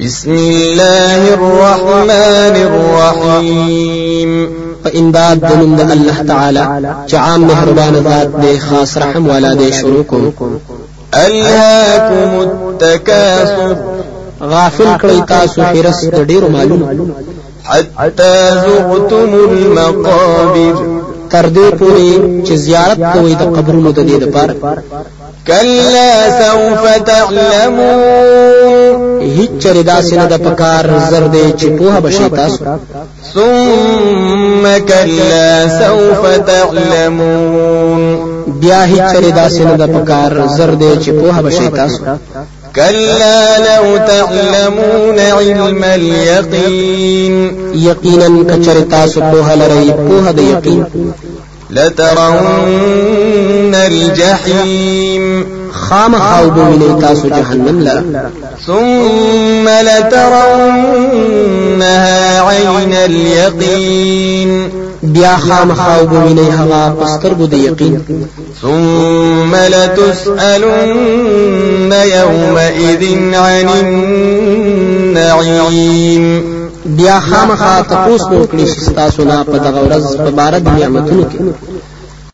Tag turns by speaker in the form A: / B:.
A: بسم الله الرحمن الرحيم
B: په امداد د نوم د الله تعالی چې عام مهربان ذات دی خاص رحم والا دی شروع کوم
A: ألهاكم التكاثر
B: غافل کړی تاسو حرس د ډیرو مالونو
A: حتى زرتم المقابر
B: تر دې پورې چې زیارت کوي د قبرونو د دې لپاره
A: كلا سوف تعلمون
B: هیڅ چره داسې نه د پکار زر دی چې په بشي تاسو
A: ثم كلا سوف تعلمون
B: بیا هیڅ چره داسې نه د پکار زر دی چې په بشي تاسو
A: كلا لو تعلمون علم اليقين
B: یقینا کچره تاسو په لری په د یقین
A: لترون الجحيم
B: خامخاو به ویني تاسو جهنم لره
A: ثم لترونها عين اليقين
B: بیا خامخاو به ویني هغه پسترګو د یقین
A: ثم لتسألن يومئذ عن النعيم
B: بیا خامخا تاسو نو کړی شي تاسو نه په دغه ورځ په بار د نعمتونو کې